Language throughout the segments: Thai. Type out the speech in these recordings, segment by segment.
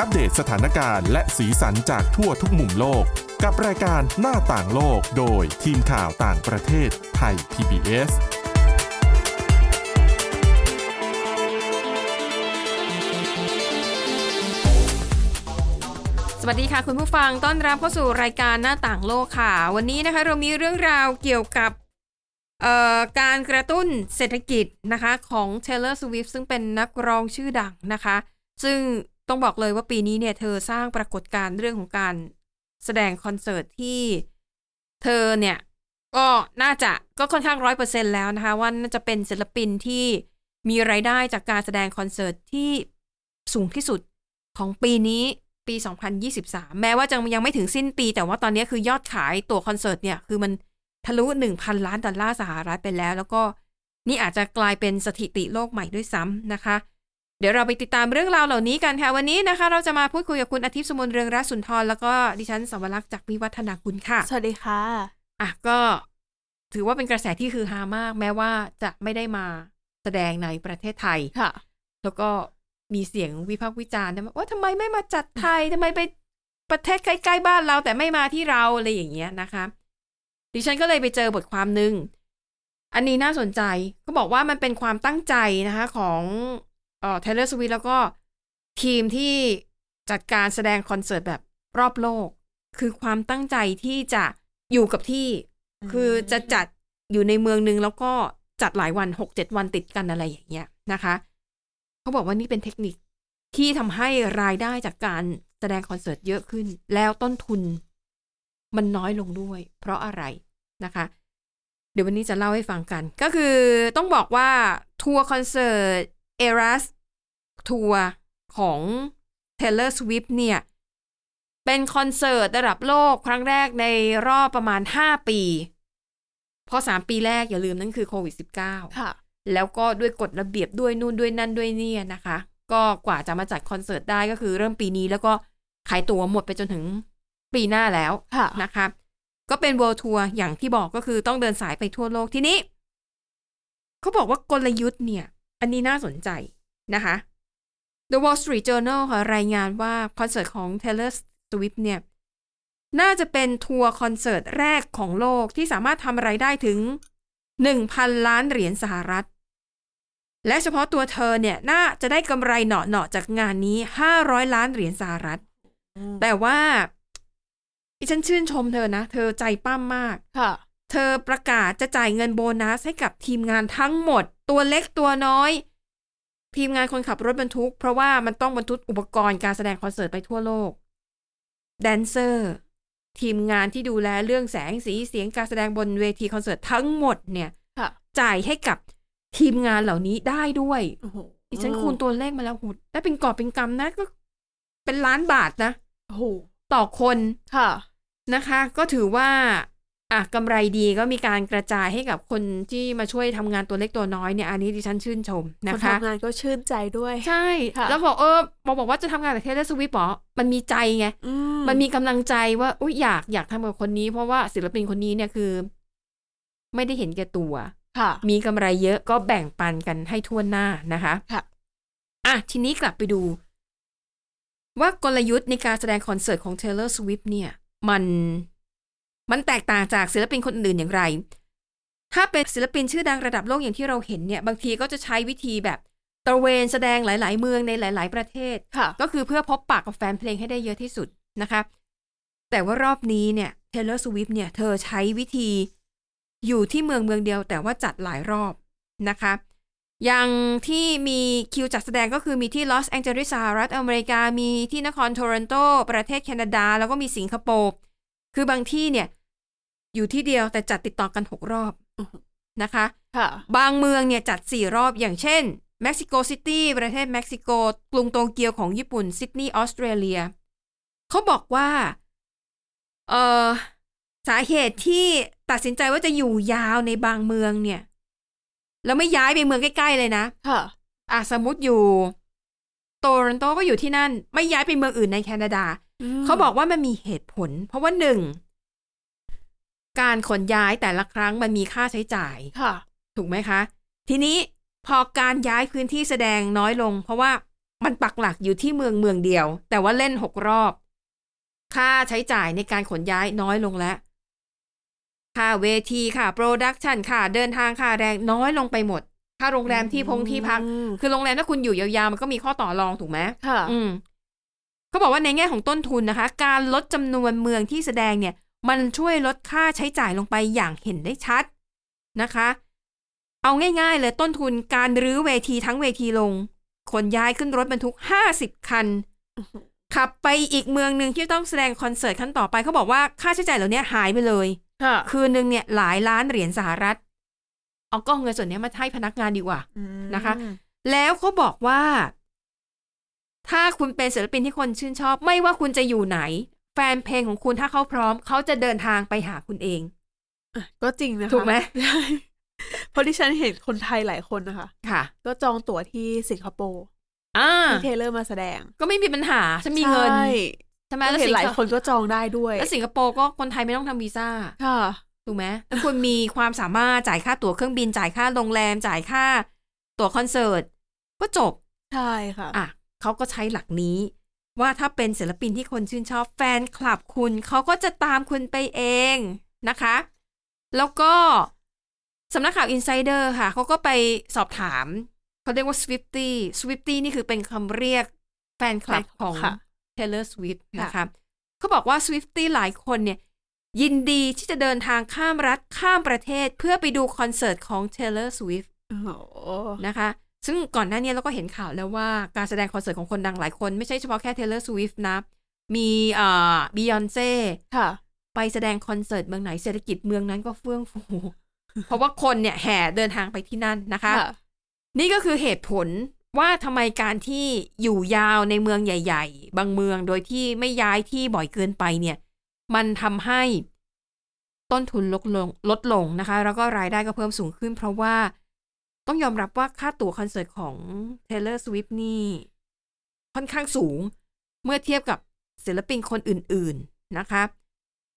อัปเดตสถานการณ์และสีสันจากทั่วทุกมุมโลก กับรายการหน้าต่างโลกโดยทีมข่าวต่างประเทศไทย PBS สวัสดีค่ะคุณผู้ฟังต้อนรับเข้าสู่รายการหน้าต่างโลกค่ะ วันนี้นะคะเรามีเรื่องราวเกี่ยวกับเอ่อการกระตุ้นเศรษฐกิจนะคะของ Taylor Swift ซึ่งเป็นนักร้องชื่อดังนะคะ ซึ่งต้องบอกเลยว่าปีนี้เนี่ยเธอสร้างปรากฏการณ์เรื่องของการแสดงคอนเสิร์ตที่เธอเนี่ย ก็น่าจะก็ค่อนข้างร้อยเปอร์เซ็นแล้วนะคะว่าน่าจะเป็นศิลปินที่มีรายได้จากการแสดงคอนเสิร์ตที่สูงที่สุด ของปีนี้ปี 2023 แม้ว่าจะยังไม่ถึงสิ้นปี แต่ว่าตอนนี้คือยอดขายตั๋วคอนเสิร์ตเนี่ย คือมันทะลุ 1,000 ล้านดอลลาร์สหรัฐไปแล้ว แล้วก็นี่อาจจะกลายเป็นสถิติโลกใหม่ด้วยซ้ำนะคะ เดี๋ยวเราไปติดตามเรื่องราวเหล่านี้กันค่ะ วันนี้นะคะ เราจะมาพูดคุยกับคุณอาทิตย์สมนเรืองรัศสุนทร แล้วก็ดิฉันสวรักษ์จากวิวัฒนาคุณค่ะ สวัสดีค่ะ อ่ะก็ถือว่าเป็นกระแสที่คือฮามาก แม้ว่าจะไม่ได้มาแสดงในประเทศไทย ค่ะ แล้วก็มีเสียงวิพากษ์วิจารณ์นะว่าทำไมไม่มาจัดไทย ทำไมไปประเทศใกล้ๆบ้านเรา แต่ไม่มาที่เราอะไรอย่างเงี้ยนะคะ ดิฉันก็เลยไปเจอบทความหนึ่ง อันนี้น่าสนใจก็บอกว่ามันเป็นความตั้งใจนะคะของเอ่อ Taylor Swift แล้วก็ทีมที่จัดการแสดงคอนเสิร์ตแบบรอบโลก คือความตั้งใจที่จะอยู่กับที่ อืม คือจะจัดอยู่ในเมืองหนึง แล้วก็จัดหลายวันหกเจ็ดวันติดกันอะไรอย่างเงี้ยนะคะ เขาบอกว่านี่เป็นเทคนิคที่ทำให้รายได้จากการแสดงคอนเสิร์ตเยอะขึ้น แล้วต้นทุนมันน้อยลงด้วย เพราะอะไรนะคะ เดี๋ยววันนี้จะเล่าให้ฟังกัน ก็คือต้องบอกว่า ทัวร์คอนเสิร์ตเอรัสทัวร์ของ Taylor Swift เนี่ย เป็นคอนเสิร์ตระดับโลกครั้งแรกในรอบประมาณ 5 ปี เพราะ 3 ปีแรกอย่าลืมนั่นคือโควิด -19 ค่ะ แล้วก็ด้วยกฎระเบียบด้วยนู่นด้วยนั่นด้วยเนี่ยนะคะ ก็กว่าจะมาจัดคอนเสิร์ตได้ก็คือเริ่มปีนี้แล้วก็ขายตั๋วหมดไปจนถึงปีหน้าแล้ว ค่ะ นะคะ ก็เป็น World Tour อย่างที่บอกก็คือต้องเดินสายไปทั่วโลกทีนี้ เขาบอกว่ากลยุทธ์เนี่ย อันนี้น่าสนใจนะคะ The Wall Street Journal ค่ะรายงานว่าคอนเสิร์ตของ Taylor Swift เนี่ย น่าจะเป็นทัวร์คอนเสิร์ตแรกของโลกที่สามารถทำไรายได้ถึง 1,000 ล้านเหรียญสหรัฐ และเฉพาะตัวเธอเนี่ย น่าจะได้กำไรเหนาะๆจากงานนี้ 500 ล้านเหรียญสหรัฐ อืม แต่ว่าอีฉันชื่นชมเธอนะ เธอใจปั้มมาก ค่ะ เธอประกาศจะจ่ายเงินโบนัสให้กับทีมงานทั้งหมด ตัวเล็กตัวน้อย ทีมงานคนขับรถบรรทุก เพราะว่ามันต้องบรรทุกอุปกรณ์การแสดงคอนเสิร์ตไปทั่วโลก แดนเซอร์ ทีมงานที่ดูแลเรื่องแสงสีเสียงการแสดงบนเวทีคอนเสิร์ตทั้งหมดเนี่ย ค่ะ จ่ายให้กับทีมงานเหล่านี้ได้ด้วย โอ้โห ดิฉันคูณตัวเลขมาแล้วหูได้เป็นกอบเป็นกำนะก็เป็นล้านบาทนะ โอ้โห ต่อคน ค่ะ นะคะ ก็ถือว่าอ่ะกำไรดีก็มีการกระจายให้กับคนที่มาช่วยทำงานตัวเล็กตัวน้อยเนี่ย อันนี้ดิฉันชื่นชมนะ คน คะ ทำงานก็ชื่นใจด้วย ใช่ ค่ะ แล้วบอกเออบอกบอกว่าจะทำงานกับเทเลสวิปหรอ มันมีใจไง อื มันมีกำลังใจว่าอุยอยากอยากทำกับคนนี้ เพราะว่าศิลปินคนนี้เนี่ยคือ ไม่ได้เห็นแก่ตัว ค่ะ มีกำไรเยอะก็แบ่งปันกันให้ทั่วหน้านะคะ ค่ะ อ่ะ ทีนี้กลับไปดู ว่ากลยุทธ์ในการแสดงคอนเสิร์ตของ Taylor Swift เนี่ย มันมันแตกต่างจากศิลปินคนอื่นอย่างไร ถ้าเป็นศิลปินชื่อดังระดับโลกอย่างที่เราเห็นเนี่ย บางทีก็จะใช้วิธีแบบตระเวนแสดงหลาย ๆ เมืองในหลาย ๆ ประเทศ ค่ะ ก็คือเพื่อพบปากกับแฟนเพลงให้ได้เยอะที่สุดนะคะ แต่ว่ารอบนี้เนี่ย Taylor Swift เนี่ย เธอใช้วิธีอยู่ที่เมืองเมืองเดียว แต่ว่าจัดหลายรอบนะคะ อย่างที่มีคิวจัดแสดงก็คือมีที่ลอสแองเจลิสสหรัฐอเมริกา มีที่นครโทรอนโต ประเทศแคนาดา แล้วก็มีสิงคโปร์ คือบางที่เนี่ย อยู่ที่เดียวแต่จัดติดต่อกัน 6 รอบ อือฮึ นะคะ ค่ะ บางเมืองเนี่ยจัด 4 รอบอย่างเช่นเม็กซิโกซิตี้ประเทศเม็กซิโก กรุงโตเกียวของญี่ปุ่น ซิดนีย์ออสเตรเลีย เขาบอกว่า เออสาเหตุที่ตัดสินใจว่าจะอยู่ยาวในบางเมืองเนี่ย แล้วไม่ย้ายไปเมืองใกล้ ๆ เลยนะ ค่ะ อ่ะสมมติอยู่ โตรอนโตก็อยู่ที่นั่น ไม่ย้ายไปเมืองอื่นในแคนาดา เขาบอกว่ามันมีเหตุผล เพราะว่าหนึ่ง การขนย้ายแต่ละครั้งมันมีค่าใช้จ่าย ค่ะ ถูกไหมคะ ทีนี้พอการย้ายพื้นที่แสดงน้อยลง เพราะว่า มันปักหลักอยู่ที่เมืองเมืองเดียว แต่ว่าเล่นหกรอบ ค่าใช้จ่ายในการขนย้ายน้อยลงแล้ว ค่าเวทีค่าโปรดักชันค่าเดินทางค่าแรงน้อยลงไปหมด ค่าโรงแรมที่พงที่พัก อืม คือโรงแรมถ้าคุณอยู่ยาวๆมันก็มีข้อต่อรองถูกไหม ค่ะ อืมเขาบอกว่าในแง่ของต้นทุนนะคะ การลดจำนวนเมืองที่แสดงเนี่ย มันช่วยลดค่าใช้จ่ายลงไปอย่างเห็นได้ชัดนะคะ เอาง่ายๆเลยต้นทุนการรื้อเวทีทั้งเวทีลง ขนย้ายขึ้นรถบรรทุก 50 คัน อื้อหือ ขับไปอีกเมืองหนึ่งที่ต้องแสดงคอนเสิร์ตครั้งต่อไปเขาบอกว่าค่าใช้จ่ายเหล่านี้หายไปเลย ค่ะ คืนหนึ่งเนี่ยหลายล้านเหรียญสหรัฐ เอาก้องเงินส่วนนี้มาให้พนักงานดีกว่า นะคะ อืม แล้วเขาบอกว่า ถ้าคุณเป็นศิลปินที่คนชื่นชอบ ไม่ว่าคุณจะอยู่ไหน แฟนเพลงของคุณถ้าเขาพร้อม เขาจะเดินทางไปหาคุณเอง อ่ะก็จริงนะคะ ถูกไหม ใช่ เพราะที่ฉันเห็นคนไทยหลายคนนะคะ ค่ะ ก็จองตั๋วที่สิงคโปร์ อ่า ที่เทเลอร์มาแสดง ก็ไม่มีปัญหาฉันมีเงิน ใช่ ใช่ไหม ก็ แล้ว เห็น สิง หลาย ค คนก็จองได้ด้วย แล้วสิงคโปร์ก็คนไทยไม่ต้องทำวีซ่า ค่ะ ถูกไหมถ้าคุณมีความสามารถจ่ายค่าตั๋วเครื่องบินจ่ายค่าโรงแรมจ่ายค่า ตั๋วคอนเสิร์ตก็จบ ใช่ค่ะ อ่ะเขาก็ใช้หลักนี้ ว่าถ้าเป็นศิลปินที่คนชื่นชอบแฟนคลับคุณ เขาก็จะตามคุณไปเองนะคะ แล้วก็สำนักข่าว Insider ค่ะ เขาก็ไปสอบถาม เขาเรียกว่า Swifty Swifty นี่คือเป็นคำเรียกแฟนคลับ แฟนคลับ ของ ค่ะ Taylor Swift นะคะเขาบอกว่า Swifty หลายคนเนี่ย ยินดีที่จะเดินทางข้ามรัฐข้ามประเทศเพื่อไปดูคอนเสิร์ตของ Taylor Swift โอ้โห นะคะ ซึ่งก่อนหน้าเนี้เราก็เห็นข่าวแล้วว่าการแสดงคอนเสิร์ตของคนดังหลายคน ไม่ใช่เฉพาะแค่ Taylor Swift นะ มีเอ่อบียอนเซ่ ค่ะ ไปแสดงคอนเสิร์ตเมืองไหนเศรษฐกิจเมืองนั้นก็เฟื่องฟู เพราะว่าคนเนี่ยแห่เดินทางไปที่นั่นนะคะ นี่ก็คือเหตุผลว่าทำไมการที่อยู่ยาวในเมืองใหญ่ ๆ บางเมืองโดยที่ไม่ย้ายที่บ่อยเกินไปเนี่ย มันทำให้ต้นทุนลดลงลดลงนะคะ แล้วก็รายได้ก็เพิ่มสูงขึ้น เพราะว่าต้องยอมรับว่าค่าตั๋วคอนเสิร์ตของ Taylor Swift นี่ค่อนข้างสูง เมื่อเทียบกับศิลปินคนอื่น ๆนะคะ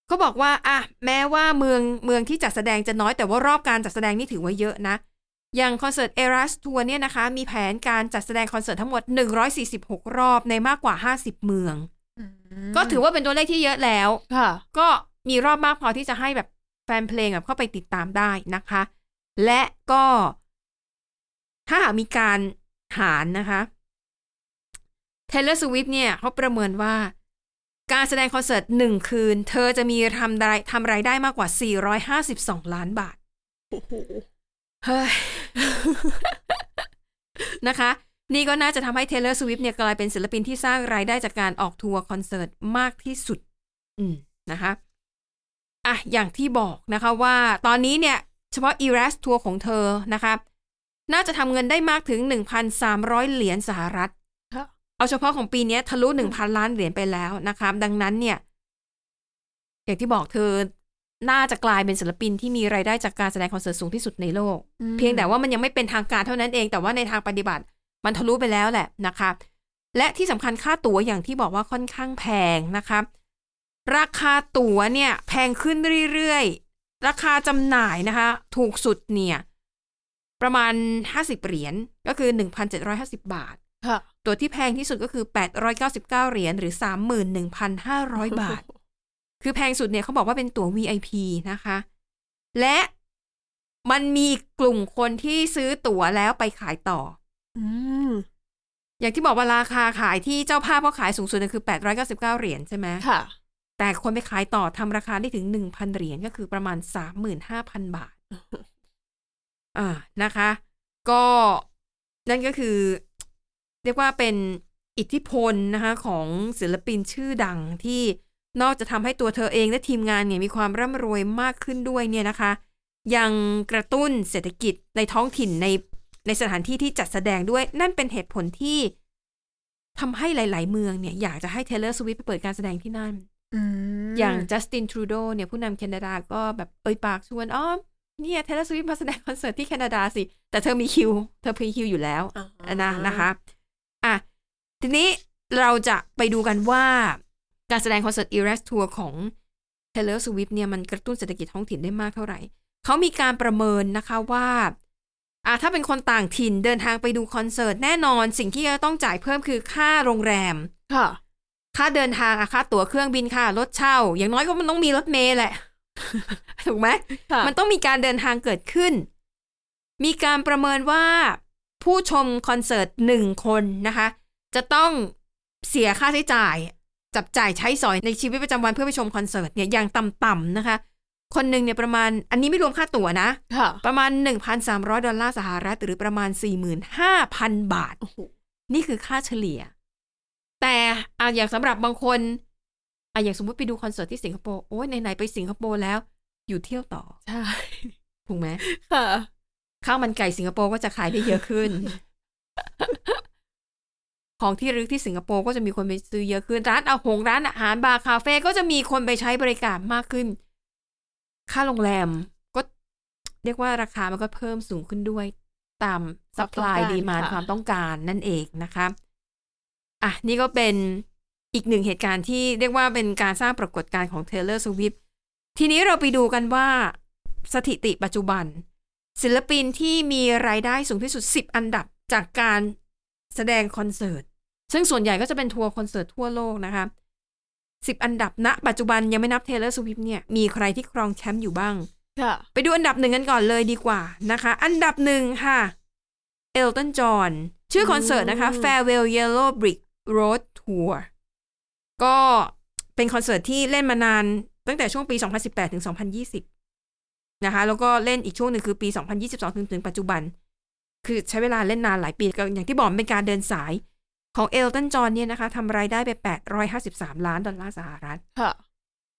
เขาบอกว่าอ่ะแม้ว่าเมืองเมืองที่จัดแสดงจะน้อยแต่ว่ารอบการจัดแสดงนี่ถือว่าเยอะนะ อย่างคอนเสิร์ตเอรัสทัวร์เนี่ยนะคะ มีแผนการจัดแสดงคอนเสิร์ตทั้งหมด 146 รอบในมากกว่า 50 เมือง ก็ถือว่าเป็นตัวเลขที่เยอะแล้ว ค่ะ ก็มีรอบมากพอที่จะให้แบบแฟนเพลงแบบเข้าไปติดตามได้นะคะ และก็ ถ้าหากมีการหารนะคะ Taylor Swift เนี่ยเขาประเมินว่า การแสดงคอนเสิร์ตหนึ่งคืน เธอจะมีทำรายทำรายได้มากกว่า 452 ล้านบาท โอ้โห เฮ้ย นะคะ นี่ก็น่าจะทำให้ Taylor Swift เนี่ยกลายเป็นศิลปินที่สร้างรายได้จากการออกทัวร์คอนเสิร์ตมากที่สุด อืมนะคะอ่ะอย่างที่บอกนะคะว่าตอนนี้เนี่ย เฉพาะ Eras ทัวร์ของเธอนะคะ น่าจะทำเงินได้มากถึง 1,300 เหรียญสหรัฐ ค่ะ เอาเฉพาะของปีเนี้ยทะลุ 1,000 ล้านเหรียญไปแล้วนะคะดังนั้นเนี่ย อย่างที่บอกเธอ น่าจะกลายเป็นศิลปินที่มีรายได้จากการแสดงคอนเสิร์ตสูงที่สุดในโลก อืม เพียงแต่ว่ามันยังไม่เป็นทางการเท่านั้นเอง แต่ว่าในทางปฏิบัติ มันทะลุไปแล้วแหละนะคะ และที่สำคัญค่าตั๋วอย่างที่บอกว่าค่อนข้างแพงนะคะ ราคาตั๋วเนี่ย แพงขึ้นเรื่อยๆ ราคาจำหน่ายนะคะ ถูกสุดเนี่ย ประมาณ 50 เหรียญก็คือ 1,750 บาท ค่ะ ตั๋วที่แพงที่สุดก็คือ 899 เหรียญหรือ 31,500 บาท คือแพงสุดเนี่ยเขาบอกว่าเป็นตั๋ว VIP นะคะ และมันมีอีกกลุ่มคนที่ซื้อตั๋วแล้วไปขายต่อ อืม อย่างที่บอกว่าราคาขายที่เจ้าภาพเขาขายสูงสุดเนี่ยคือ 899 เหรียญใช่ไหม ค่ะ แต่คนไปขายต่อทำราคาได้ถึง 1,000 เหรียญก็คือประมาณ 35,000 บาท อ่านะคะ ก็นั่นก็คือ เรียกว่าเป็นอิทธิพลนะคะของศิลปินชื่อดังที่นอกจะทำให้ตัวเธอเองและทีมงานเนี่ยมีความร่ำรวยมากขึ้นด้วยเนี่ยนะคะ ยังกระตุ้นเศรษฐกิจในท้องถิ่นในในสถานที่ที่จัดแสดงด้วย นั่นเป็นเหตุผลที่ทำให้หลาย ๆ เมืองเนี่ยอยากจะให้ Taylor Swift ไปเปิดการแสดงที่นั่น อืม อย่างจัสตินทรูโดเนี่ยผู้นำแคนาดาก็แบบเอ่ยปากชวนอ้อมเนี่ยเทเลสวิฟมาแสดงคอนเสิร์ตที่แคนาดาสิ แต่เธอมีคิว เธอพรีคิวอยู่แล้ว อ่า นะนะคะอ่ะทีนี้เราจะไปดูกันว่าการแสดงคอนเสิร์ตอีเรสทัวร์ของเทเลสวิฟเนี่ยมันกระตุ้นเศรษฐกิจท้องถิ่นได้มากเท่าไหร่ เขามีการประเมินนะคะว่า อ่าถ้าเป็นคนต่างถิ่นเดินทางไปดูคอนเสิร์ตแน่นอนสิ่งที่จะต้องจ่ายเพิ่มคือค่าโรงแรม ค่ะ ค่าเดินทางอะค่าตั๋วเครื่องบินค่ารถเช่า อย่างน้อยก็มันต้องมีรถเมล์แหละ ถูกไหม ค่ะ มันต้องมีการเดินทางเกิดขึ้น มีการประเมินว่าผู้ชมคอนเสิร์ตหนึ่งคนนะคะ จะต้องเสียค่าใช้จ่าย จับจ่ายใช้สอยในชีวิตประจำวันเพื่อไปชมคอนเสิร์ตเนี่ยอย่างต่ำๆนะคะ คนหนึ่งเนี่ยประมาณอันนี้ไม่รวมค่าตั๋วนะ ค่ะ ประมาณ 1,300 ดอลลาร์สหรัฐหรือประมาณ 45,000 บาท โอ้โห นี่คือค่าเฉลี่ย แต่อะอย่างสำหรับบางคนอะอย่างสมมติไปดูคอนเสิร์ตที่สิงคโปร์โอ้ยไหนๆไปสิงคโปร์แล้ว อยู่เที่ยวต่อ ใช่ ถูกไหม ค่ะ ข้าวมันไก่สิงคโปร์ก็จะขายได้เยอะ ขึ้น ของที่ระลึกที่สิงคโปร์ก็จะมีคนไปซื้อเยอะขึ้น ร้านอาหงร้านอาหารบาร์คาเฟ่ก็จะมีคนไปใช้บริการมากขึ้น ค่าโรงแรมก็เรียกว่าราคามันก็เพิ่มสูงขึ้นด้วย ตาม ค ส วาม ป ต้อง าย การ ดีมาน ค่ะ ความต้องการนั่นเองนะคะอ่ะนี่ก็เป็นอีกหนึ่งเหตุการณ์ที่เรียกว่าเป็นการสร้างปรากฏการณ์ของ Taylor Swift ทีนี้เราไปดูกันว่าสถิติปัจจุบัน ศิลปินที่มีรายได้สูงที่สุด 10 อันดับจากการแสดงคอนเสิร์ต ซึ่งส่วนใหญ่ก็จะเป็นทัวร์คอนเสิร์ตทั่วโลกนะคะ 10 อันดับณปัจจุบันยังไม่นับ Taylor Swift เนี่ยมีใครที่ครองแชมป์อยู่บ้าง ค่ะ ไปดูอันดับหนึ่งกันก่อนเลยดีกว่านะคะ อันดับหนึ่งค่ะเอลตันจอห์นชื่อคอนเสิร์ตนะคะ อืม Farewell Yellow Brick Road Tour ก็เป็นคอนเสิร์ตที่เล่นมานานตั้งแต่ช่วงปี 2018 ถึง 2020 นะคะ แล้วก็เล่นอีกช่วงหนึ่งคือปี 2022 ถึงถึงปัจจุบัน คือใช้เวลาเล่นนานหลายปีก็อย่างที่บอกมันเป็นการเดินสายของเอลตันจอห์นเนี่ยนะคะทำรายได้ไป 853 ล้านดอลลาร์สหรัฐ ค่ะ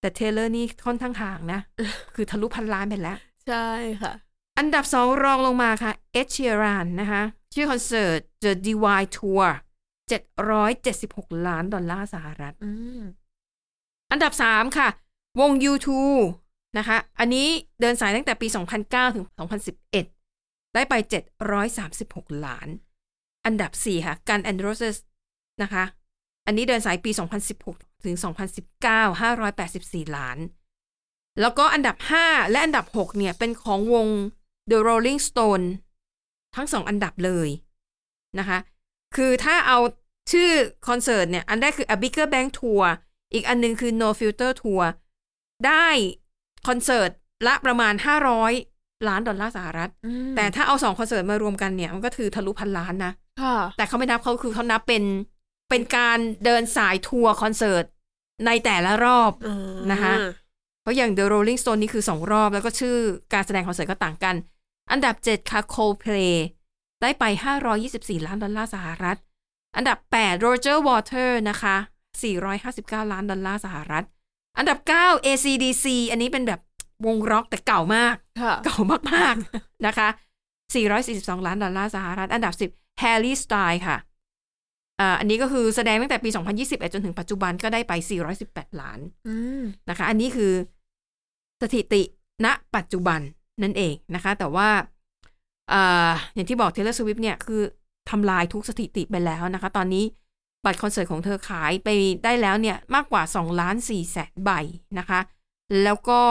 แต่เทเลอร์นี่ค่อนข้างห่างนะ คือทะลุพันล้านไปแล้ว ใช่ค่ะ อันดับสองรองลงมาค่ะ Ed Sheeran นะคะ ชื่อคอนเสิร์ต The DY Tour 776 ล้านดอลลาร์สหรัฐ อืม อันดับสามค่ะ วง U2 นะคะ อันนี้เดินสายตั้งแต่ปี 2009 ถึง 2011 ได้ไป 736 ล้าน อันดับสี่ค่ะ Gun and Roses นะคะ อันนี้เดินสายปี 2016 ถึง 2019 584 ล้าน แล้วก็อันดับ 5 และอันดับ 6 เนี่ย เป็นของวง The Rolling Stone ทั้งสองอันดับเลยนะคะ คือถ้าเอาชื่อคอนเสิร์ตเนี่ย อันแรกคือ A Bigger Bang Tour อีกอันหนึงคือ No Filter Tour ได้คอนเสิร์ตละประมาณ 500 ล้านดอลลาร์สหรัฐ อืม แต่ถ้าเอาสองคอนเสิร์ตมารวมกันเนี่ย มันก็ถือทะลุพันล้านนะ ค่ะ แต่เขาไม่นับเขาคือเขานับเป็นเป็นการเดินสายทัวร์คอนเสิร์ตในแต่ละรอบ อ่า นะคะ เพราะอย่าง The Rolling Stone นี่คือ 2 รอบ แล้วก็ชื่อการแสดงคอนเสิร์ตก็ต่างกัน อันดับ 7 ค่ะ Coldplay ได้ไป 524 ล้านดอลลาร์สหรัฐ อันดับ 8 Roger Water นะคะ 459 ล้านดอลลาร์สหรัฐ อันดับ 9 ACDC อันนี้เป็นแบบวงร็อกแต่เก่ามาก ค่ะ เก่ามาก ๆ นะคะ 442 ล้านดอลลาร์สหรัฐ อันดับ 10 Harry Styles ค่ะอ่าอันนี้ก็คือแสดงตั้งแต่ปี 2021 จนถึงปัจจุบันก็ได้ไป 418 ล้าน อืม นะคะ อันนี้คือสถิติณปัจจุบันนั่นเองนะคะ แต่ว่าอ่าอย่างที่บอก Taylor Swift เนี่ยคือทำลายทุกสถิติไปแล้วนะคะ ตอนนี้บัตรคอนเสิร์ตของเธอขายไปได้แล้วเนี่ยมากกว่า2ล้าน4แสนใบนะคะ แล้วก็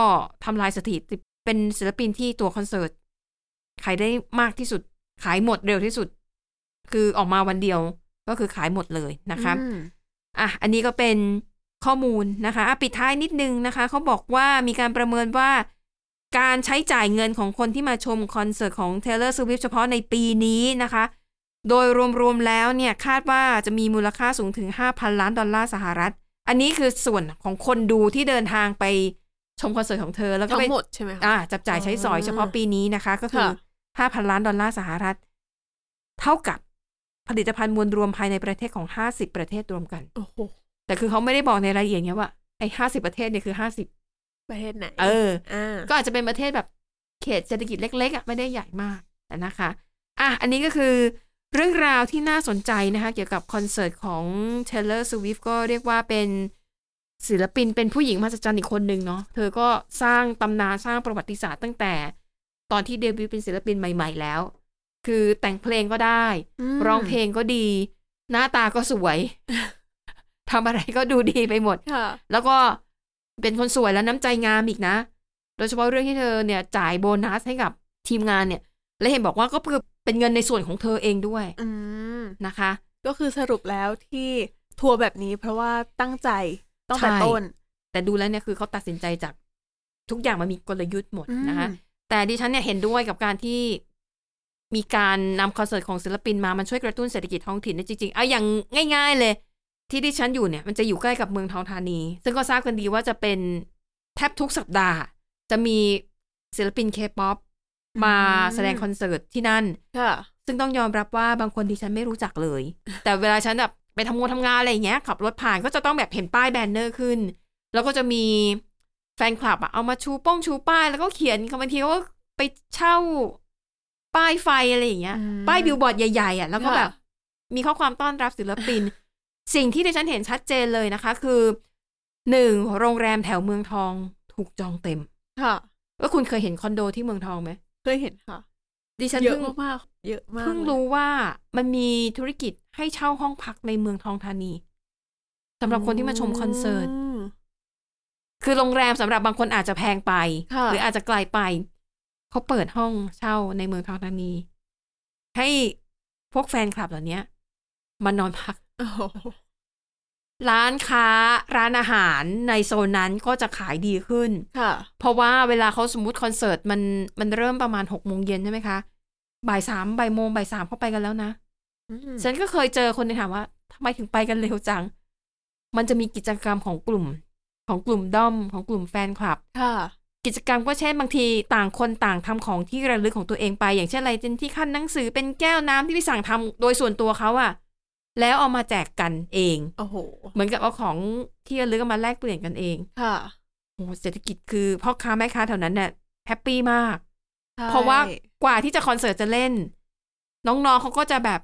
ทำลายสถิติเป็นศิลปินที่ตัวคอนเสิร์ต ขายได้มากที่สุด ขายหมดเร็วที่สุด คือออกมาวันเดียวก็คือขายหมดเลยนะคะ อืม อ่ะ อันนี้ก็เป็นข้อมูลนะคะอ่ะปิดท้ายนิดนึงนะคะ เขาบอกว่ามีการประเมินว่า การใช้จ่ายเงินของคนที่มาชมคอนเสิร์ตของ Taylor Swift เฉพาะในปีนี้นะคะ โดยรวมๆแล้วเนี่ยคาดว่าจะมีมูลค่าสูงถึง 5,000 ล้านดอลลาร์สหรัฐ อันนี้คือส่วนของคนดูที่เดินทางไปชมคอนเสิร์ตของเธอแล้วก็ ทั้ ไป งหมดใช่ไหมคะ อ่าจับจ่ายใช้สอย อ่า เฉพาะปีนี้นะคะ ก็คือ ค่ะ ห้าพันล้านดอลลาร์สหรัฐ เท่ากับผลิตภัณฑ์มวลรวมภายในประเทศของห้าสิบประเทศรวมกัน โอ้โห แต่คือเขาไม่ได้บอกในรายละเอียดเนี้ยว่าไอ้ห้าสิบประเทศเนี่ยคือห้าสิบ ประเทศไหน เออ อ่า ก็อาจจะเป็นประเทศแบบเขตเศรษฐกิจเล็กๆอ่ะไม่ได้ใหญ่มากนะคะอ่ะอันนี้ก็คือเรื่องราวที่น่าสนใจนะคะเกี่ยวกับคอนเสิร์ตของ Taylor Swift ก็เรียกว่าเป็นศิลปินเป็นผู้หญิงมหัศจรรย์อีกคนหนึ่งเนาะเธอก็สร้างตำนานสร้างประวัติศาสตร์ตั้งแต่ตอนที่เดบิวต์เป็นศิลปินใหม่ๆแล้ว คือแต่งเพลงก็ได้ อืม ร้องเพลงก็ดี หน้าตาก็สวย ทำอะไรก็ดูดีไปหมด ค่ะ แล้วก็เป็นคนสวยและน้ำใจงามอีกนะ โดยเฉพาะเรื่องที่เธอเนี่ยจ่ายโบนัสให้กับทีมงานเนี่ย และเห็นบอกว่าก็คือเป็นเงินในส่วนของเธอเองด้วย อืม นะคะ ก็คือสรุปแล้วที่ทัวร์แบบนี้เพราะว่าตั้งใจตั้งแต่ ใช่ ต้น แต่ดูแล้วเนี่ยคือเขาตัดสินใจจากทุกอย่างมันมีกลยุทธ์หมดนะคะ อืม แต่ดิฉันเนี่ยเห็นด้วยกับการที่มีการนำคอนเสิร์ตของศิลปินมา มันช่วยกระตุ้นเศรษฐกิจท้องถิ่นได้จริงๆ เอาอย่างง่าย ๆ เลย ที่ดิฉันอยู่เนี่ยมันจะอยู่ใกล้กับเมืองทองธานี ซึ่งก็ทราบกันดีว่าจะเป็นแทบทุกสัปดาห์ จะมีศิลปินเคป๊อปมา อืม แสดงคอนเสิร์ตที่นั่น ค่ะ ซึ่งต้องยอมรับว่าบางคนดิฉันไม่รู้จักเลย แต่เวลาฉันแบบไปทำงานทำงานอะไรอย่างเงี้ยขับรถผ่านก็จะต้องแบบเห็นป้ายแบนเนอร์ขึ้น แล้วก็จะมีแฟนคลับอะเอามาชูป้องชูป้าย แล้วก็เขียนบางทีเขาก็ไปเช่าป้ายไฟอะไรอย่างเงี้ย อืม ป้ายบิลบอร์ดใหญ่ๆอะแล้วก็ ค่ะ แบบมีข้อความต้อนรับศิลปิน สิ่งที่ดิฉันเห็นชัดเจนเลยนะคะ คือหนึ่งโรงแรมแถวเมืองทองถูกจองเต็ม ค่ะ ว่าคุณเคยเห็นคอนโดที่เมืองทองไหม เคยเห็นค่ะ ดิฉัน เยอะ เพิ่ง มากๆเยอะมาก เพิ่งรู้ว่ามันมีธุรกิจให้เช่าห้องพักในเมืองทองธานีสำหรับคนที่มาชมคอนเสิร์ต ม คือโรงแรมสำหรับบางคนอาจจะแพงไป ค่ะ หรืออาจจะไกลไป เขาเปิดห้องเช่าในเมืองทองธานี ให้พวกแฟนคลับเหล่านี้มานอนพัก โอ้โห ร้านค้าร้านอาหารในโซนนั้นก็จะขายดีขึ้น ค่ะ เพราะว่าเวลาเขาสมมติคอนเสิร์ตมันมันเริ่มประมาณหกโมงเย็นใช่ไหมคะบ่ายสามบ่ายโมงบ่ายสามเขาไปกันแล้วนะ อืม ฉันก็เคยเจอคนหนึงถามว่าทำไมถึงไปกันเร็วจัง มันจะมีกิจกรรมของกลุ่ม ของกลุ่มด้อมของกลุ่มแฟนคลับ ค่ะ กิจกรรมก็เช่นบางทีต่างคนต่างทำของที่ระลึกของตัวเองไป อย่างเช่นอะไรเป็นที่ขั้นหนังสือเป็นแก้วน้ำที่ไปสั่งทำโดยส่วนตัวเขาอะแล้วเอามาแจกกันเอง โอ้โห เหมือนกับเอาของที่ระลึกเอามาแลกเปลี่ยนกันเอง ค่ะ โอ้โหเศรษฐกิจคือพ่อค้าแม่ค้าแถวนั้นเนี่ยแฮปปี้มาก ใช่ เพราะว่ากว่าที่จะคอนเสิร์ตจะเล่น น้องๆเขาก็จะแบบ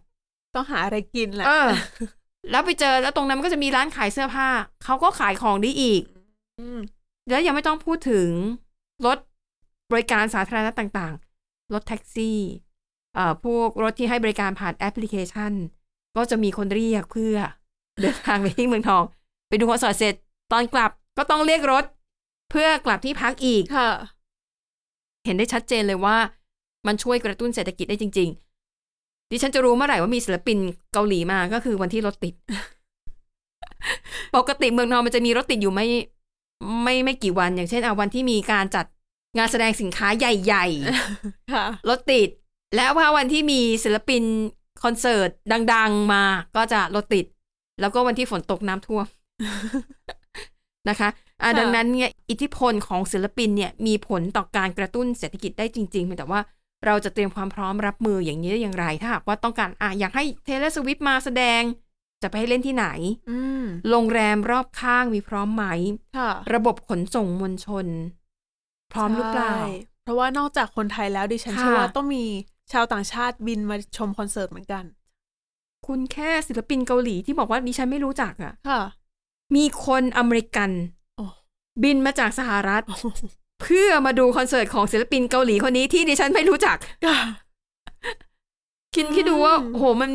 ต้องหาอะไรกินแหละ เออ แล้วไปเจอแล้วตรงนั้นมันก็จะมีร้านขายเสื้อผ้า เขาก็ขายของได้อีก ม แล้วยังไม่ต้องพูดถึงรถบริการสาธารณะต่างๆ รถแท็กซี่เอ่อพวกรถที่ให้บริการผ่านแอปพลิเคชัน ก็จะมีคนเรียกเพื่อ เดินทางไปที่เมืองทอง ไปดูคอนเสิร์ตเสร็จตอนกลับก็ต้องเรียกรถ เพื่อกลับที่พักอีก ค่ะ เห็นได้ชัดเจนเลยว่ามันช่วยกระตุ้นเศรษฐกิจได้จริง ๆ ดิฉันจะรู้เมื่อไหร่ว่ามีศิลปินเกาหลีมาก็คือวันที่รถติด ปกติเมืองนองมันจะมีรถติดอยู่ไม่ไม่ไม่กี่วัน อย่างเช่นอาวันที่มีการจัดงานแสดงสินค้าใหญ่ ค่ะ ๆ รถติด และว่าวันที่มีศิลปินคอนเสิร์ตดัง ๆมาก็จะรถติด แล้วก็วันที่ฝนตกน้ำท่วม นะคะอ่ะ ค่ะ ดังนั้นเนี่ยอิทธิพลของศิลปินเนี่ยมีผลต่อการกระตุ้นเศรษฐกิจได้จริงๆเพียงแต่ว่าเราจะเตรียมความพร้อมรับมืออย่างนี้ได้อย่างไร ถ้าหากว่าต้องการอ่ะอยากให้เทเลสวิฟมาแสดง จะไปให้เล่นที่ไหน อืม โรงแรมรอบข้างมีพร้อมไหม ค่ะ ระบบขนส่งมวลชน พร้อมหรือเปล่า ใช่เพราะว่านอกจากคนไทยแล้วดิฉัน ค่ะ เชื่อว่าต้องมีชาวต่างชาติบินมาชมคอนเสิร์ตเหมือนกัน คุณแค่ศิลปินเกาหลีที่บอกว่าดิฉันไม่รู้จักอ่ะ ค่ะ มีคนอเมริกัน โอ้ บินมาจากสหรัฐ เพื่อมาดูคอนเสิร์ตของศิลปินเกาหลีคนนี้ที่ดิฉันไม่รู้จัก ค่ะ คิดคิดดูว่า อืม โหมัน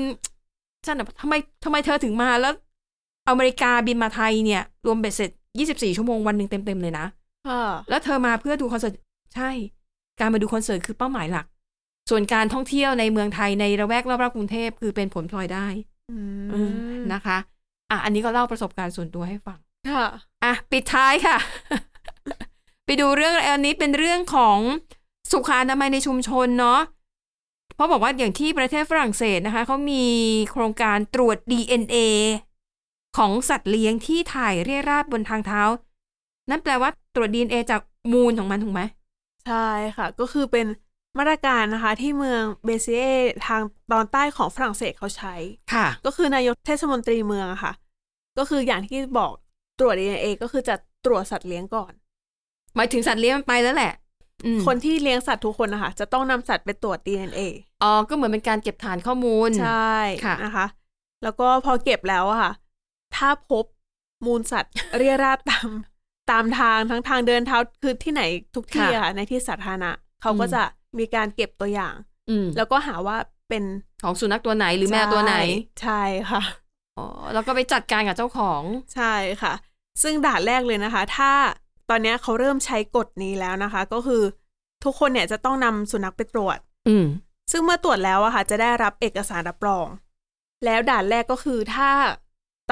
ฉันแบบทำไมทำไมเธอถึงมาแล้ว อเมริกาบินมาไทยเนี่ย รวมเบ็ดเสร็จ 24 ชั่วโมงวันหนึ่งเต็ม ๆ เลยนะ ค่ะ แล้วเธอมาเพื่อดูคอนเสิร์ตใช่ การมาดูคอนเสิร์ตคือเป้าหมายหลัก ส่วนการท่องเที่ยวในเมืองไทยในระแวกรอบๆกรุงเทพคือเป็นผลพลอยได้ อืม นะคะ อ่ะอันนี้ก็เล่าประสบการณ์ส่วนตัวให้ฟัง ค่ะ อ่ะ ปิดท้ายค่ะ ไปดูเรื่องอันนี้เป็นเรื่องของสุขอนามัยในชุมชนเนาะเพราะบอกว่าอย่างที่ประเทศฝรั่งเศสนะคะเขามีโครงการตรวจ DNA ของสัตว์เลี้ยงที่ถ่ายเรียราดบนทางเท้า นั่นแปลว่าตรวจ DNA จากมูลของมันถูกไหม ใช่ค่ะ ก็คือเป็นมาตรการนะคะที่เมืองเบซิเอทางตอนใต้ของฝรั่งเศสเขาใช้ ค่ะ ก็คือนายกเทศมนตรีเมืองอะค่ะ ก็คืออย่างที่บอกตรวจ DNA ก็คือจะตรวจสัตว์เลี้ยงก่อน หมายถึงสัตว์เลี้ยงมันไปแล้วแหละอืม คนที่เลี้ยงสัตว์ทุกคนนะคะจะต้องนำสัตว์ไปตรวจ DNA อ๋อก็เหมือนเป็นการเก็บฐานข้อมูล ใช่ ค่ะ นะคะ แล้วก็พอเก็บแล้วอะค่ะ ถ้าพบมูลสัตว์ เรียราดตาม ตามทางทั้งทางเดินเท้าคือที่ไหนทุกที่อะค่ะในที่สาธารณะเขาก็จะมีการเก็บตัวอย่าง อืม แล้วก็หาว่าเป็น ของสุนัขตัวไหนหรือแมวตัวไหน ใช่ค่ะ อ๋อแล้วก็ไปจัดการกับเจ้าของ ใช่ค่ะ ซึ่งด่านแรกเลยนะคะ ถ้าตอนเนี้ยเขาเริ่มใช้กฎนี้แล้วนะคะ ก็คือทุกคนเนี่ยจะต้องนำสุนัขไปตรวจ อืม ซึ่งเมื่อตรวจแล้วอะค่ะ จะได้รับเอกสารรับรอง แล้วด่านแรกก็คือถ้า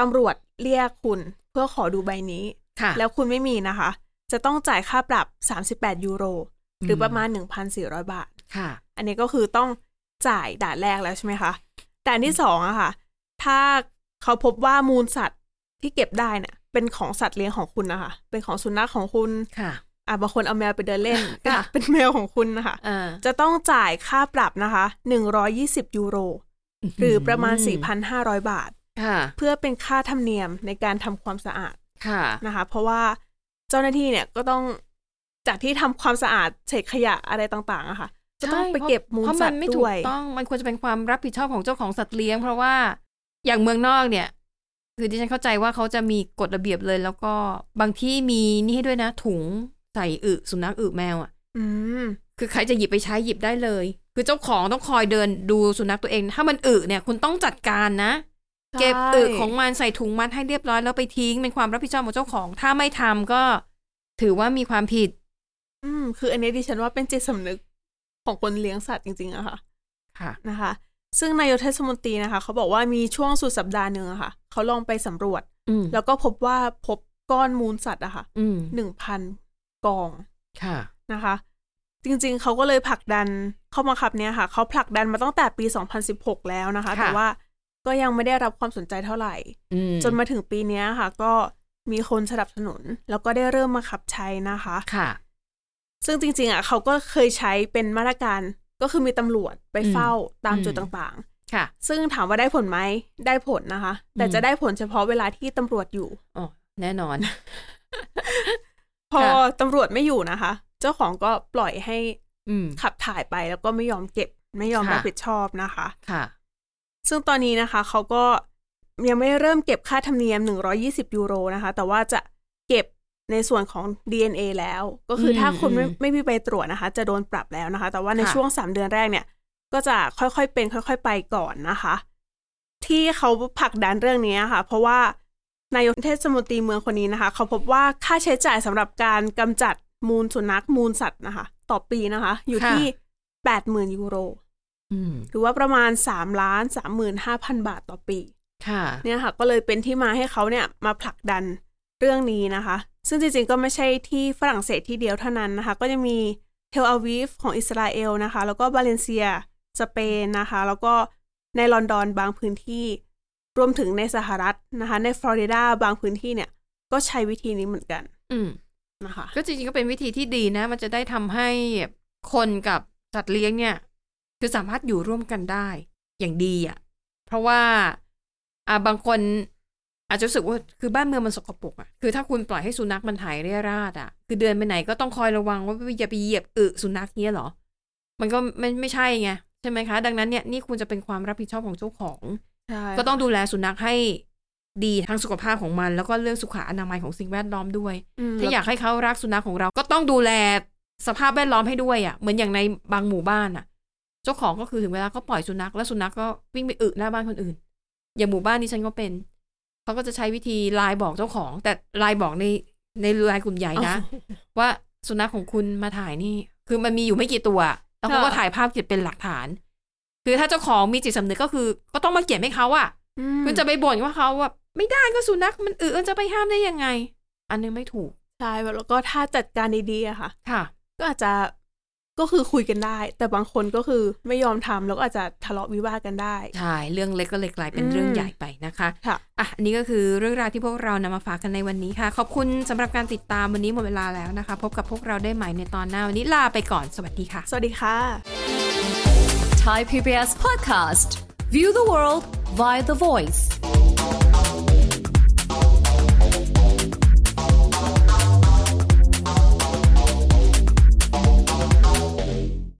ตำรวจเรียกคุณเพื่อขอดูใบนี้ ค่ะ แล้วคุณไม่มีนะคะ จะต้องจ่ายค่าปรับ 38 ยูโร หรือประมาณ 1,400 บาท ค่ะ อันนี้ก็คือต้องจ่ายด่านแรกแล้วใช่ไหมคะด่านที่สองอะค่ะ ถ้าเขาพบว่ามูลสัตว์ที่เก็บได้เนี่ยเป็นของสัตว์เลี้ยงของคุณนะคะ เป็นของสุนัขของคุณ ค่ะ อ่ะบางคนเอาแมวไปเดินเล่น ค่ะ อ่ะเป็นแมวของคุณนะคะ เออ จะต้องจ่ายค่าปรับนะคะ 120 ยูโร หรือประมาณ 4,500 บาท ค่ะ เพื่อเป็นค่าธรรมเนียมในการทำความสะอาด ค่ะ นะคะเพราะว่าเจ้าหน้าที่เนี่ยก็ต้องจากที่ทำความสะอาดเศษขยะอะไรต่างๆอะค่ะก็ต้องไปเก็บมูล เพราะ สั มั ต น ว์ ไม่ถู ด้ว ก ย ต้องมันควรจะเป็นความรับผิดชอบของเจ้าของสัตว์เลี้ยง เพราะว่าอย่างเมืองนอกเนี่ย คือที่ฉันเข้าใจว่าเขาจะมีกฎระเบียบเลย แล้วก็บางที่มีนี่ให้ด้วยนะ ถุงใส่อึสุนัขอึแมวอ่ะ อืม คือใครจะหยิบไปใช้หยิบได้เลย คือเจ้าของต้องคอยเดินดูสุนัขตัวเอง ถ้ามันอึเนี่ย คุณต้องจัดการนะ เก็บอึของมันใส่ถุงมัดให้เรียบร้อยแล้วไปทิ้งเป็นความรับผิดชอบของเจ้าของ ถ้าไม่ทำก็ถือว่ามีความผิด อืมคืออันนี้ดิฉันว่าเป็นจิตสำนึกของคนเลี้ยงสัตว์จริงๆอะค่ะ ค่ะ นะคะ ซึ่งนายกเทศมนตรีนะคะ เขาบอกว่ามีช่วงสุดสัปดาห์หนึ่งอะค่ะ เขาลองไปสำรวจ อืม แล้วก็พบว่าพบก้อนมูลสัตว์อะค่ะ อืม หนึ่งพันกอง ค่ะ นะคะ จริงๆ เขาก็เลยผลักดันเข้ามาขับเนี่ยค่ะ เขาผลักดันมาตั้งแต่ปี 2016 แล้วนะคะ ค่ะ แต่ว่าก็ยังไม่ได้รับความสนใจเท่าไหร่ อืม จนมาถึงปีเนี้ยค่ะ ก็มีคนสนับสนุน แล้วก็ได้เริ่มมาขับใช้นะคะ ค่ะ ซึ่งจริงๆอ่ะเขาก็เคยใช้เป็นมาตรการก็คือมีตำรวจไปเฝ้าตาม อืม จุดต่าง ค่ะ ๆ ซึ่งถามว่าได้ผลไหมได้ผลนะคะ แต่ อืม จะได้ผลเฉพาะเวลาที่ตำรวจอยู่ อ๋อแน่นอน พอ ค่ะ ตำรวจไม่อยู่นะคะ เจ้าของก็ปล่อยให้ อืม ขับถ่ายไปแล้วก็ไม่ยอมเก็บ ไม่ยอม ค่ะ รับผิดชอบนะคะ ค่ะ ซึ่งตอนนี้นะคะเขาก็ยังไม่เริ่มเก็บค่าธรรมเนียม 120 ยูโรนะคะ แต่ว่าจะเก็บในส่วนของ DNA แล้ว ก็คืออ ม ถ้าคุณไม่ อืม ไม่มีใบตรวจนะคะ จะโดนปรับแล้วนะคะ แต่ว่าใน ค่ะ ช่วง 3 เดือนแรกเนี่ย ก็จะค่อยๆเป็นค่อยๆไปก่อนนะคะ ที่เขาผลักดันเรื่องนี้ค่ะ เพราะว่านายกเทศมนตรีเมืองคนนี้นะคะ เขาพบว่าค่าใช้จ่ายสำหรับการกำจัดมูลสุนัขมูลสัตว์นะคะ ต่อปีนะคะ อยู่ที่ 80,000 ยูโร อืม หรือว่าประมาณ3ล้าน35,000 บาทต่อปี ค่ะ เนี่ยค่ะ ก็เลยเป็นที่มาให้เขาเนี่ยมาผลักดันเรื่องนี้นะคะ ซึ่งจริงๆก็ไม่ใช่ที่ฝรั่งเศสที่เดียวเท่านั้นนะคะ ก็จะมีเทลอาวีฟของอิสราเอลนะคะ แล้วก็บาเลนเซีย สเปนนะคะ แล้วก็ในลอนดอนบางพื้นที่ รวมถึงในสหรัฐนะคะ ในฟลอริดาบางพื้นที่เนี่ย ก็ใช้วิธีนี้เหมือนกัน อืม นะคะ ก็จริงๆก็เป็นวิธีที่ดีนะ มันจะได้ทำให้คนกับสัตว์เลี้ยงเนี่ย คือสามารถอยู่ร่วมกันได้ อย่างดีอ่ะ เพราะว่า อ่าบางคนอาจจะรู้สึกว่าคือบ้านเมืองมันสกปรกอ่ะคือถ้าคุณปล่อยให้สุนัขมันถ่ายเรี่ยราดอ่ะ คือเดินไปไหนก็ต้องคอยระวังว่าอย่าไปเหยียบอึสุนัขเนี้ยเหรอ มันก็ไม่ไม่ใช่ไงใช่ไหมคะ ดังนั้นเนี่ยนี่ควรจะเป็นความรับผิดชอบของเจ้าของ ใช่ ก็ต้องดูแลสุนัขให้ดีทั้งสุขภาพของมัน แล้วก็เรื่องสุขอนามัยของสิ่งแวดล้อมด้วย ถ้า ถ้า อาอยยาก กให้เขารักสุนัขของเราก็ต้องดูแลสภาพแวดล้อมให้ด้วยอะ่ะเหมือนอย่างในบางหมู่บ้านอ่ะ เจ้าของก็คือถึงเวลาก็ปล่อยสุนัขแล้วสุนัขก็วิ่งไปอึหน้าบ้านคนอื่น อย่างหมู่บ้านนี้ฉันก็เป็นเขาก็จะใช้วิธีไลน์บอกเจ้าของ แต่ไลน์บอกในในไลน์กลุ่มใหญ่นะ ว่าสุนัขของคุณมาถ่ายนี่ คือมันมีอยู่ไม่กี่ตัวอะแล้วเขาก็ถ่ายภาพเก็บเป็นหลักฐาน คือถ้าเจ้าของมีจิตสำนึกก็คือ ก็ต้องมาเก็บให้เขาอะ คุณจะไปบ่นว่าเขาแบบไม่ได้ก็สุนัขมันอึมันจะไปห้ามได้ยังไง อันนี้ไม่ถูก ใช่แล้วก็ถ้าจัดการดีๆอะค่ะ ค่ะ ก็อาจจะก็คือคุยกันได้ แต่บางคนก็คือไม่ยอมทำแล้วก็อาจจะทะเลาะวิวาทกันได้ ใช่ เรื่องเล็กก็เลยกลายเป็น อืม เรื่องใหญ่ไปนะคะ ค่ะ อ่ะอันนี้ก็คือเรื่องราวที่พวกเรานำมาฝากกันในวันนี้ค่ะ ขอบคุณสำหรับการติดตามวันนี้หมดเวลาแล้วนะคะ พบกับพวกเราได้ใหม่ในตอนหน้า วันนี้ลาไปก่อนสวัสดีค่ะ สวัสดีค่ะ Thai PBS podcast. View the world via the voice.